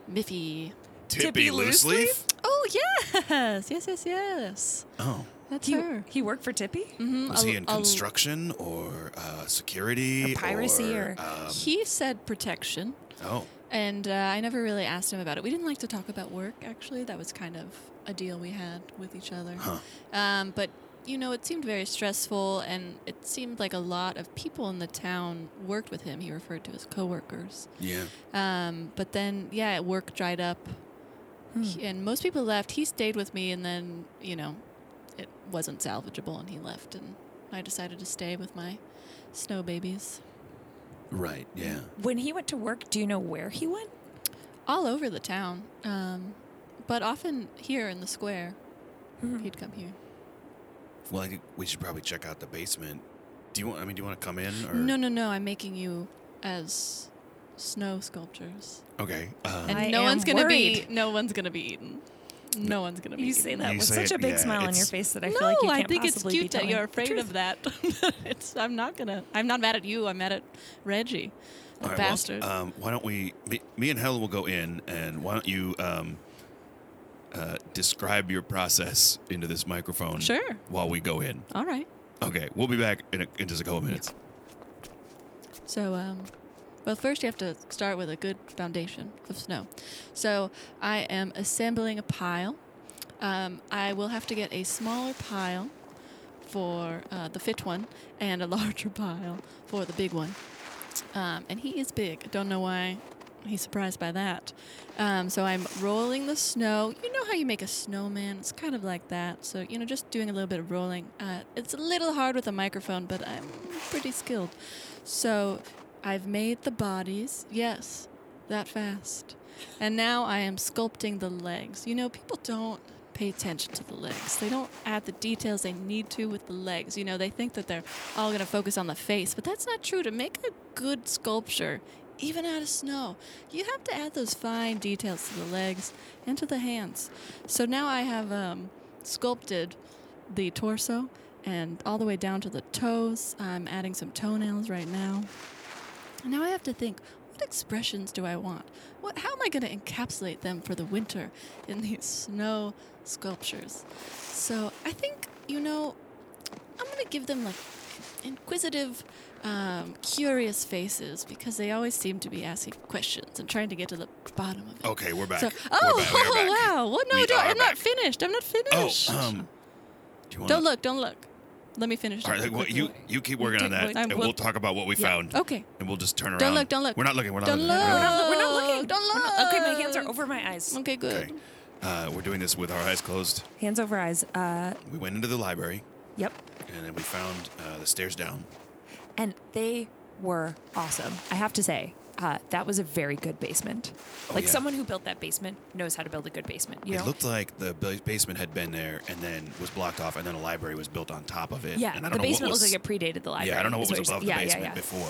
Miffy.
Tippy Looseleaf?
Oh yes, yes, yes, yes.
Oh.
That's
He,
her.
he worked for Tippy?
Mhm,
Was
a-
he in
a-
construction or uh, security?
Or piracy or-
um,
He said protection,
oh,
and uh, I never really asked him about it. We didn't like to talk about work. Actually, that was kind of a deal we had with each other.
huh.
Um, but you know, it seemed very stressful, and it seemed like a lot of people in the town worked with him. He referred to his coworkers.
Yeah.
Um, but then, yeah, work dried up, He- and most people left. He stayed with me, and then you know, it wasn't salvageable, and he left, and I decided to stay with my snow babies
Right. Yeah.
When he went to work, do you know where he went?
all over the town, um, but often here in the square.
Mm-hmm.
He'd come here.
Well, I think we should probably check out the basement. Do you want? I mean, do you want to come in? Or?
No, no, no! I'm making you as snow sculptures,
Okay. Uh,
and
I
no
am
one's gonna
worried.
be no one's gonna be eaten. No one's gonna be.
You
eaten.
say that
You
with
say it-
such a big
yeah,
smile on your
it's-
face that I feel like you
I
can't
think it's
possibly be
cute that
telling
you're
the
afraid
truth.
of that. it's, I'm not gonna. I'm not mad at you. I'm mad at Reggie, the
all right, well,
bastard.
um, why don't we? Me, me and Helen will go in, and why don't you um, uh, describe your process into this microphone?
Sure.
While we go in.
All right.
Okay. We'll be back in, a, in just a couple minutes.
So, um, well, first you have to start with a good foundation of snow. So, I am assembling a pile. Um, I will have to get a smaller pile for uh, the fit one and a larger pile for the big one. Um, and he is big. I don't know why he's surprised by that. Um, so, I'm rolling the snow. You know how you make a snowman? It's kind of like that. So, you know, just doing a little bit of rolling. Uh, it's a little hard with a microphone, but I'm pretty skilled. So I've made the bodies, yes, that fast. And now I am sculpting the legs. You know, people don't pay attention to the legs. They don't add the details they need to with the legs. You know, they think that they're all going to focus on the face, but that's not true. To make a good sculpture, even out of snow, you have to add those fine details to the legs and to the hands. So now I have um, sculpted the torso and all the way down to the toes. I'm adding some toenails right now. And now I have to think what expressions do I want? What, how am I going to encapsulate them for the winter in these snow sculptures? So I think, you know, I'm going to give them like inquisitive, um, curious faces because they always seem to be asking questions and trying to get to the bottom of it.
Okay, we're back.
So,
We're
oh,
back, we are back.
wow. Well, no,
We
don't,
are back.
I'm not finished. I'm not
Oh,
finished.
um, do you want?
Don't look, don't look. Let me finish.
All
it.
right, like, well, you you keep working on
Wait,
that,
wait,
and
I'm-
we'll talk about what we found,
Okay.
and we'll just turn around.
Don't look, don't look.
We're not looking. We're not
Don't
looking. We're not
We're not looking.
Don't
We're not- okay, my hands are
look.
over my eyes.
Okay, good.
looking. Okay, uh, we're doing this with our eyes closed.
Hands over eyes. Uh,
We went into the library,
yep.
and then we found uh, the stairs down.
And they were awesome. I have to say, uh, that was a very good basement.
Oh,
like
yeah.
someone who built that basement knows how to build a good basement. You
it
know?
looked like the ba- basement had been there, and then was blocked off, and then a library was built on top of it.
yeah.
and I
the
don't know
basement
what was,
looked like it predated the library.
Yeah, I don't know what
is
was
you're
above the
saying.
basement
yeah, yeah.
before.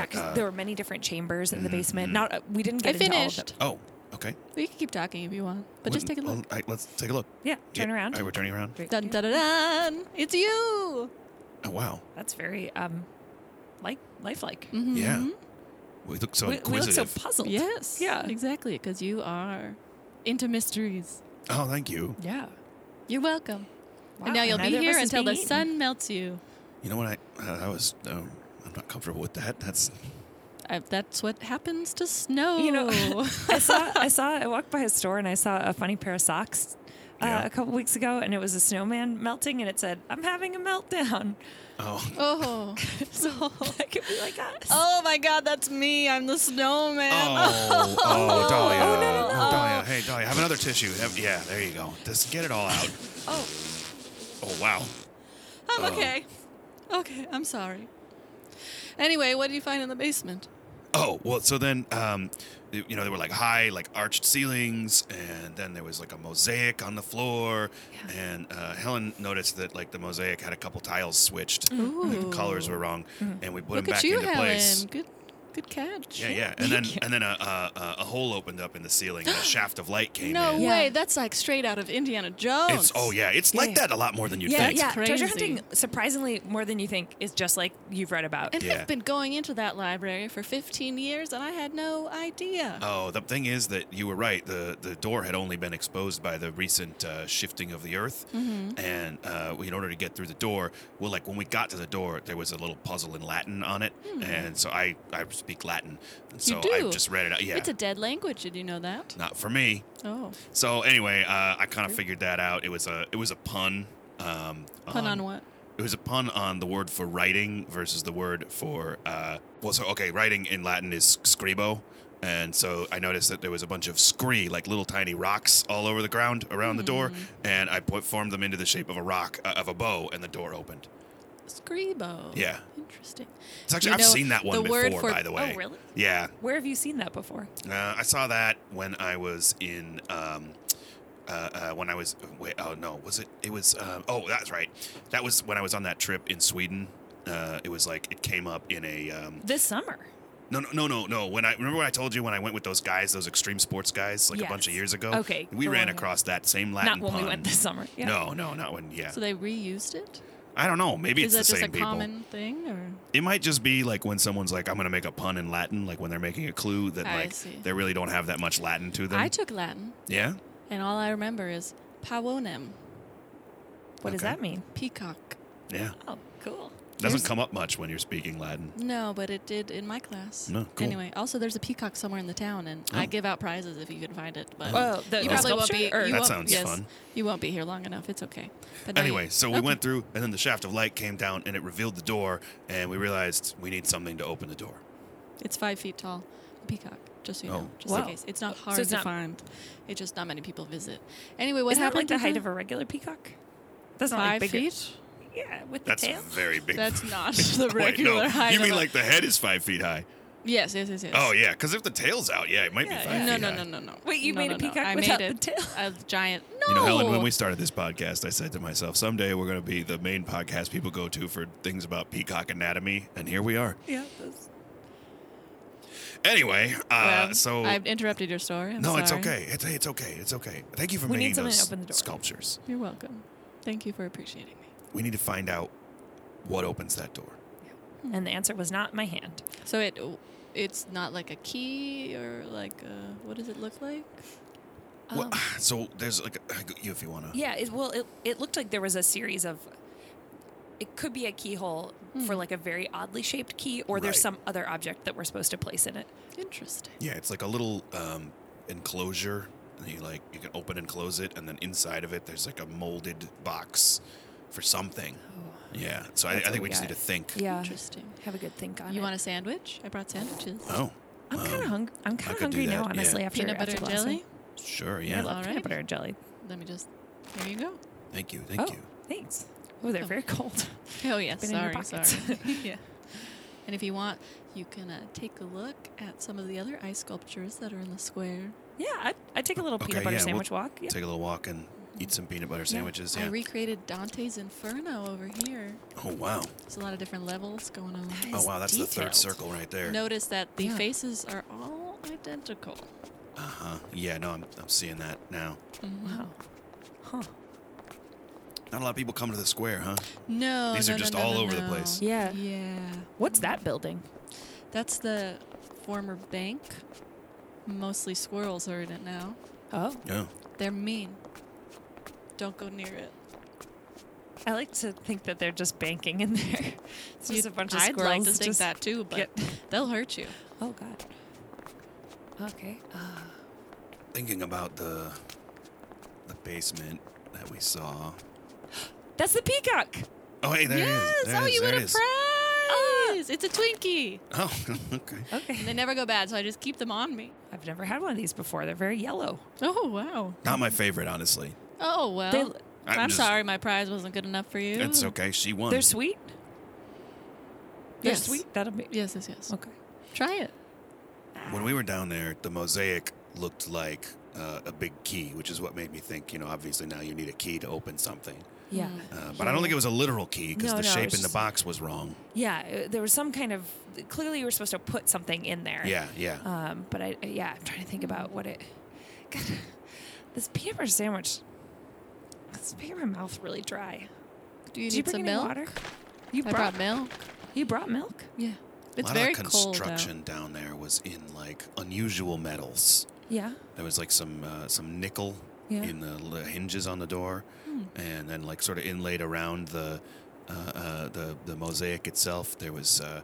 but,
because
uh, mm-hmm.
there were many different chambers in the basement. Not uh, we didn't
I
get into all of
finished.
them.
Oh, okay.
You can keep talking if you want, but just
Well,
take a look.
well, I- let's take a look.
Yeah, turn
Yeah,
around.
all right, we're turning around.
Great.
Dun dun dun dun! It's you.
Oh wow.
That's very um, like lifelike.
Yeah. We look so
Mm-hmm. We, we look so
inquisitive.
puzzled.
Yes.
Yeah.
Exactly, because you are into mysteries.
oh, thank you.
Yeah.
You're welcome.
Wow,
And now you'll be
neither of
here
us is
until the
being eaten.
sun melts you.
You know what? I uh, that was um, I'm not comfortable with that. That's
I, Uh, that's what happens to snow.
You know, I saw I saw I walked by a store and I saw a funny pair of socks uh,
Yeah.
a couple weeks ago and it was a snowman melting and it said I'm having a meltdown.
oh
oh. So-
That could be like "Ah." us.
oh my God, that's me. I'm the snowman.
oh oh Dahlia
Oh, no, no,
oh Dahlia hey Dahlia have another tissue have, yeah there you go just get it all out
Oh.
oh wow
I'm
Oh.
okay. Okay, I'm sorry. Anyway, what do you find in the basement?
oh well so then um y- you know there were like high like arched ceilings and then there was like a mosaic on the floor and uh, Helen noticed that like the mosaic had a couple tiles switched and the colors were wrong and we put
Look
them
at
back
you,
into
Helen.
place
Good, Good catch.
Yeah, yeah. And then and then a, a- a, a hole opened up in the ceiling and a shaft of light came
No
in.
Yeah.
way. That's like straight out of Indiana Jones.
It's oh yeah, it's like that a lot more than you'd
yeah,
think.
yeah. Treasure
crazy.
hunting, surprisingly more than you think, is just like you've read about.
And
Yeah.
I've been going into that library for 15 years and I had no idea.
Oh, the thing is that you were right. The the door had only been exposed by the recent uh, shifting of the earth,
Mm-hmm.
and uh, we- in order to get through the door, well, like when we got to the door, there was a little puzzle in Latin on it, and so I I speak Latin, and so I
Hmm. do?
just read it out. Yeah,
It's a dead language. Did you know that?
not for me.
Oh.
So anyway, uh, I kind of figured that out. It was a it was a pun. Um,
Pun on what?
It was a pun on the word for writing versus the word for uh well so okay, writing in Latin is scribo. And so I noticed that there was a bunch of scree, like little tiny rocks all over the ground around the door,
Mm-hmm.
and I put, formed them into the shape of a rock uh, of a bow and the door opened.
Scribo.
Yeah.
Interesting.
It's actually
You
I've
know,
seen that one
the
before
word for-
by the way.
oh, really?
Yeah.
Where have you seen that before?
Uh, I saw that when I was in. Um, uh, uh, when I was wait, oh no, was it? It was. Um, oh, that's right. That was when I was on that trip in Sweden. Uh, it was like it came up in a um,
This summer.
no, no, no, no, no. When I remember when I told you when I went with those guys, those extreme sports guys, like a bunch of
Yes.
years ago.
Okay,
we
the
ran
one-
across that same Latin.
Not when
pun.
we went this summer. Yeah.
No, no, not when. Yeah,
So they reused it?
I don't know. Maybe
Is that
it's the
just
same
a
people.
common thing? Or
It might just be like when someone's like, "I'm gonna make a pun in Latin," like when they're making a clue that
I
like
see.
they really don't have that much Latin to them.
I took Latin
yeah.
and all I remember is pavonem,
What does
Okay.
that mean?
peacock.
Yeah.
Oh, cool.
Doesn't come up much when you're speaking Latin.
No, but it did in my class.
No, cool. Oh.
Anyway, also there's a peacock somewhere in the town, and I give out prizes if you can find it. But
Oh, the,
you
the
probably won't
sculpture?
be.
Or-
you
That
won't-
sounds
yes,
fun.
You won't be here long enough. It's okay. But now you-
Anyway, so we
okay.
went through, and then the shaft of light came down, and it revealed the door, and we realized we need something to open the door.
It's five feet tall, peacock. Just so you
Oh.
know, just in
Wow.
case. It's not hard
it's
to
not-
find. It's just not many people visit. Anyway, what
Isn't that like
happened?
the
to
height of a regular peacock? That's not
five
like bigger.
feet?
Yeah, with the
That's
tail.
very big.
That's not the
Wait, no.
regular height.
You
of
mean
a-
like the head is five feet high?
Yes, yes, yes, yes.
Oh yeah, because if the tail's out, yeah, it might
Yeah,
be
yeah.
five
No,
feet
no,
high.
no, no, no.
Wait, you
No,
made
no,
a
no.
peacock
I
without
made
the tail?
A giant. No.
You know, Helen, when we started this podcast, I said to myself, someday we're going to be the main podcast people go to for things about peacock anatomy, and here we are.
Yeah, that's-
Anyway, uh,
Well,
so
I've interrupted your story. I'm
no, it's
sorry.
okay. It's hey, it's okay. It's okay. Thank you for
We need
making
something to
those
open the door.
sculptures.
You're welcome. Thank you for appreciating me.
We need to find out what opens that door.
and the answer was not my hand.
So it it's not like a key or like a, what does it look like?
Well, so there's like a, you if you want to.
Oh. Yeah, it, well, it, it looked like there was a series of. It could be a keyhole for
Hmm.
like a very oddly shaped key, or there's
Right.
some other object that we're supposed to place in it.
Interesting.
Yeah, it's like a little um, enclosure. And you like you can open and close it, and then inside of it there's like a molded box for something. Yeah. So I, I
Oh. That's what
think
we
we just
got.
need to think.
Yeah,
Interesting.
have a good think on
You
it.
want a sandwich? I brought sandwiches.
Oh,
I'm kind of hungry. I'm kind
could
of
do
hungry now,
that, yeah.
honestly. After
Peanut butter
after
and
the last
jelly.
one.
sure.
I
yeah.
love
Alright.
peanut butter and jelly.
Let me just. There you go.
Thank you. Thank
oh,
you.
thanks. Oh, they're
Oh.
very cold.
Oh yes.
Been in your
sorry.
pockets.
Sorry. yeah. And if you want, you can uh, take a look at some of the other ice sculptures that are in the square.
Yeah, I I take a little
Okay,
peanut butter
yeah, we'll
sandwich walk. Yeah.
Take a little walk and eat some peanut butter sandwiches.
I
Yeah.
recreated Dante's Inferno over here.
oh wow.
There's a lot of different levels going on.
Oh
It's
wow. That's the third
detailed.
circle right there.
Notice that the
Yeah.
faces are all identical.
Uh huh. Yeah. No, I'm I'm seeing that now.
Wow. Huh.
Not a lot of people come to the square, huh?
No,
These are
no, no,
just
no,
all
no,
over the
no.
place.
Yeah.
Yeah,
What's that building?
that's the former bank. Mostly squirrels are in it now.
Oh,
Yeah.
They're mean. Don't go near it.
I like to think that they're just banking in there. It's just
You'd-
a bunch of
I'd
squirrels.
like to think
just-
that too, but
get-
they'll hurt you.
Oh God. Okay. Uh,
Thinking about the the basement that we saw.
that's the peacock.
Oh, hey, there
yes!
it is. There
oh,
it is.
you
there
win a
it is.
prize! It's a Twinkie.
Oh, okay.
And they
Okay.
never go bad, so I just keep them on me.
I've never had one of these before. They're very yellow.
Oh wow.
Not my favorite, honestly.
Oh well.
They-
I'm
I'm,
just-
sorry, my prize wasn't good enough for you.
It's okay. She won.
They're sweet. They're
Yes.
sweet. That'll be.
Yes,
Oh,
yes, yes.
Okay.
Try it.
when we were down there, the mosaic looked like uh, a big key, which is what made me think, you know, obviously now you need a key to open something.
Yeah.
Uh, but I don't think it was a literal key because
No,
the
no,
shape
it's
in the
just-
box was wrong.
Yeah. uh, There was some kind of clearly you were supposed to put something in there.
Yeah, yeah.
Uh,
Um, but I yeah, I'm trying to think about what it. God, this peanut butter sandwich. It's making my mouth really dry.
Do you
Did
need
you bring
some
any
milk?
water? You
I
brought,
brought milk.
you brought milk.
Yeah. It's
a lot
very
of
cold. out.
construction down there was in like unusual metals.
Yeah.
There was like some uh, some nickel
Yeah. Hmm.
in the l- hinges on the door, and then like sort of inlaid around the uh, uh, the the mosaic itself. There was uh,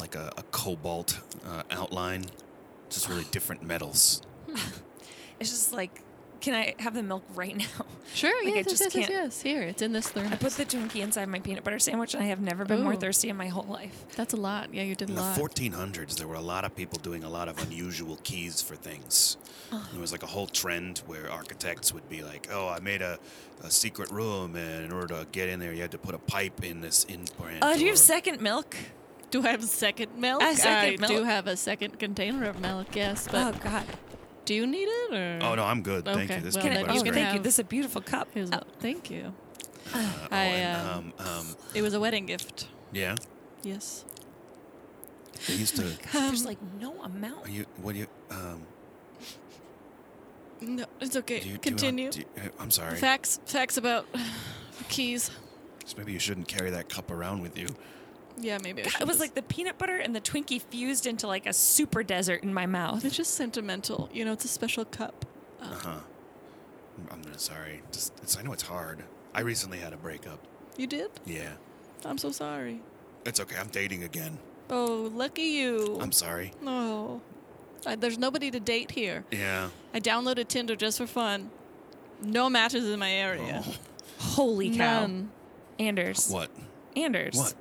like a, a cobalt uh, outline, just really different metals.
It's just like, can I have the milk right now?
Sure,
Like, I
yes, yes,
just
yes, yes,
can't-
yes. Here, it's in this room.
I put the Twinkie inside my peanut butter sandwich, and I have never been more
Ooh.
thirsty in my whole life.
That's a lot. Yeah, you did a
In the
lot.
1400s, there were a lot of people doing a lot of unusual keys for things. There was like a whole trend where architects would be like, "Oh, I made a, a secret room, and in order to get in there, you had to put a pipe in this in branch."
Uh, do you
or-
have second milk?
Do I have second milk?
A second
I do
milk.
have a second container of milk, yes. But
oh God!
do you need it? Or?
Oh no, I'm good. Thank you.
Okay,
This
well,
peanut
then
butter
you
is
oh,
can
great.
thank you.
have-
This is a beautiful cup.
Here's
Oh,
one. Thank you.
Uh, oh,
I,
and,
um,
um, um,
It was a wedding gift.
yeah,
Yes.
they used to.
there's like no
Are
amount.
you? What do you? Um,
No, it's
do
okay.
you- do you want-
Continue.
do you- uh, I'm sorry.
facts, facts about keys.
Just maybe you shouldn't carry that cup around with you.
Yeah, maybe. I
It
should
was
just-
like the peanut butter and the Twinkie fused into like a super desert in my mouth.
It's oh, just sentimental. You know, it's a special cup.
Uh huh. I'm really sorry. Just, it's, I know it's hard. I recently had a breakup.
You did?
Yeah.
I'm so sorry.
It's okay. I'm dating again.
Oh, lucky you.
I'm sorry.
No. I, there's nobody to date here.
Yeah.
I downloaded Tinder just for fun. No matches in my area.
Oh.
Holy cow!
None.
Anders.
What?
Anders.
What?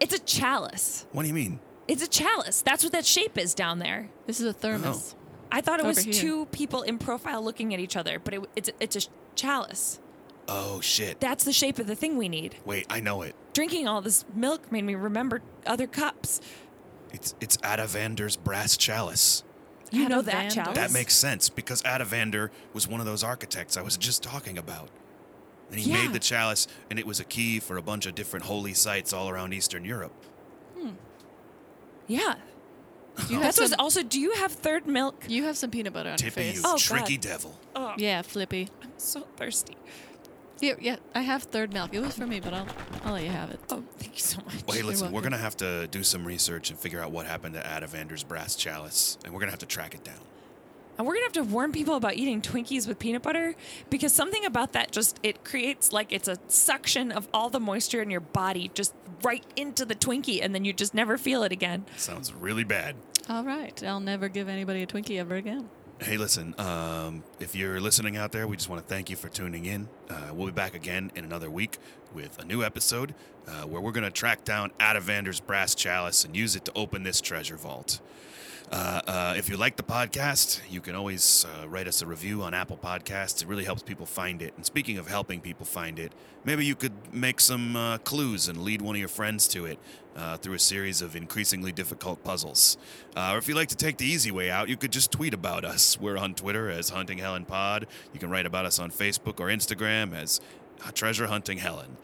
It's a chalice.
What do you mean?
It's a chalice. That's what that shape is down there.
This is a thermos.
Oh.
I thought it was
Over here.
two people in profile looking at each other, but it, it's it's a chalice.
Oh shit.
That's the shape of the thing we need.
Wait, I know it.
Drinking all this milk made me remember other cups.
It's it's Atavander's brass chalice.
You know
Adavander's?
that chalice?
That makes sense because Atavander was one of those architects I was just talking about. And he
Yeah.
made the chalice, and it was a key for a bunch of different holy sites all around Eastern Europe.
yeah.
You, have
That's what's
some,
also. Do you have third milk?
you have some peanut butter on your
Tippy,
face.
you
Oh, God.
tricky devil.
Oh,
Yeah, Flippy.
I'm so thirsty.
Yeah, yeah, I have third milk. It was for me, but I'll, I'll let you have it.
Oh, thank you so much.
Well, hey, listen, we're
welcome.
going to have to do some research and figure out what happened to Atavander's brass chalice, and we're going to have to track it down.
And we're gonna have to warn people about eating Twinkies with peanut butter because something about that just it creates like it's a suction of all the moisture in your body just right into the Twinkie, and then you just never feel it again.
Sounds really bad.
All right. I'll never give anybody a Twinkie ever again.
Hey, listen, um, if you're listening out there, we just want to thank you for tuning in. Uh, we'll be back again in another week with a new episode uh, where we're going to track down Atavander's brass chalice and use it to open this treasure vault. Uh, uh, if you like the podcast, you can always uh, write us a review on Apple Podcasts. It really helps people find it. And speaking of helping people find it, maybe you could make some uh, clues and lead one of your friends to it uh, through a series of increasingly difficult puzzles. Uh, or if you like to take the easy way out, you could just tweet about us. We're on Twitter as Hunting Helen Pod. You can write about us on Facebook or Instagram as uh, Treasure Hunting Helen.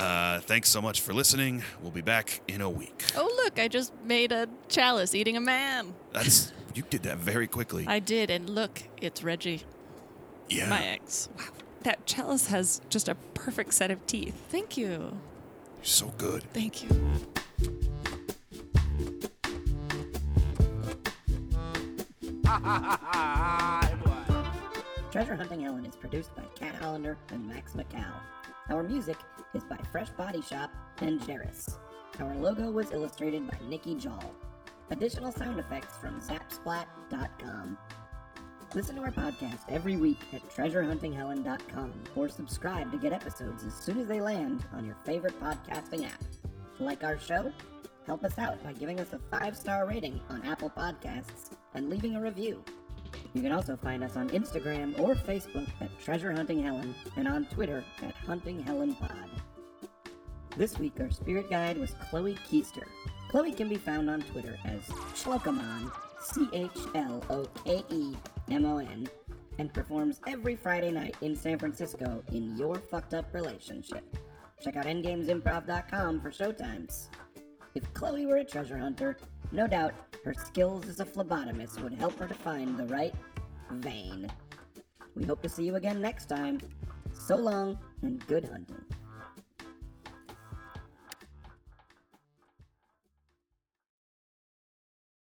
Uh, thanks so much for listening. We'll be back in a week.
Oh, look, I just made a chalice eating a man.
That's you did that very quickly.
I did, and look, it's Reggie,
yeah.
my ex.
Wow, that chalice has just a perfect set of teeth.
Thank you.
You're so good.
Thank you.
Treasure Hunting Ellen is produced by Kat Hollander and Max McCow. Our music is by Fresh Body Shop and Jerris. Our logo was illustrated by Nikki Jahl. Additional sound effects from zapsplat.com. Listen to our podcast every week at treasurehuntinghelen.com or subscribe to get episodes as soon as they land on your favorite podcasting app. Like our show? Help us out by giving us a five star rating on Apple Podcasts and leaving a review. You can also find us on Instagram or Facebook at Treasure Hunting Helen and on Twitter at Hunting Helen Pod. This week, our spirit guide was Chloe Keister. Chloe can be found on Twitter as Chlokemon, C H L O K E M O N, and performs every Friday night in San Francisco in Your Fucked Up Relationship. Check out endgamesimprov.com for showtimes. If Chloe were a treasure hunter, no doubt her skills as a phlebotomist would help her to find the right vein. We hope to see you again next time. So long and good hunting.